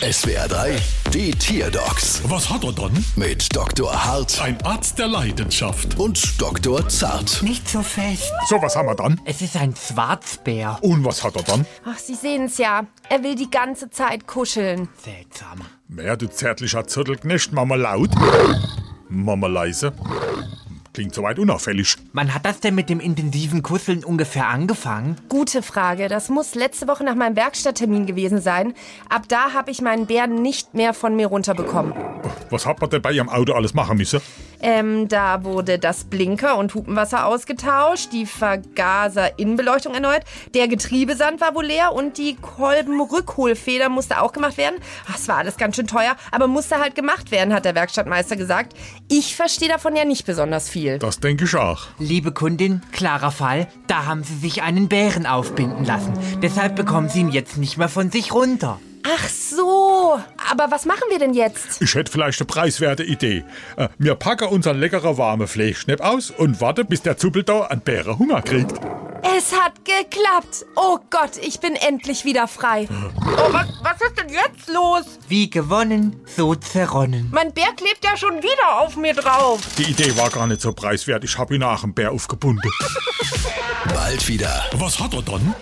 SWR 3, die Tierdocs Was hat er dann? mit Dr. Hart Ein Arzt der Leidenschaft. und Dr. Zart. Nicht so fest. So, was haben wir dann? Es ist ein Schwarzbär. Und was hat er dann? Ach, Sie sehen's ja. Er will die ganze Zeit kuscheln. Seltsam. Mehr, du zärtlicher Zirkelknecht, Mama laut. Mama leise. Klingt soweit unauffällig. Wann hat das denn mit dem intensiven Kusseln ungefähr angefangen? Gute Frage. Das muss letzte Woche nach meinem Werkstatttermin gewesen sein. Ab da habe ich meinen Bären nicht mehr von mir runterbekommen. Was hat man denn bei ihrem Auto alles machen müssen? Ähm, da wurde das Blinker und Hupenwasser ausgetauscht, die Vergaser-Innenbeleuchtung erneuert, der Getriebesand war wohl leer und die Kolbenrückholfeder musste auch gemacht werden. Ach, Es war alles ganz schön teuer, aber musste halt gemacht werden, hat der Werkstattmeister gesagt. Ich verstehe davon ja nicht besonders viel. Das denke ich auch. Liebe Kundin, klarer Fall, da haben Sie sich einen Bären aufbinden lassen. Deshalb bekommen Sie ihn jetzt nicht mehr von sich runter. Ach so, aber was machen wir denn jetzt? Ich hätte vielleicht eine preiswerte Idee. Äh, wir packen unseren leckeren warmen Fleischschnepp aus und warten, bis der Zuppel da an Bären Hunger kriegt. Es hat geklappt. Oh Gott, ich bin endlich wieder frei. Oh, was, was ist denn jetzt los? Wie gewonnen, so zerronnen. Mein Bär klebt ja schon wieder auf mir drauf. Die Idee war gar nicht so preiswert. Ich habe ihn nach dem Bär aufgebunden. Bald wieder. Was hat er dann?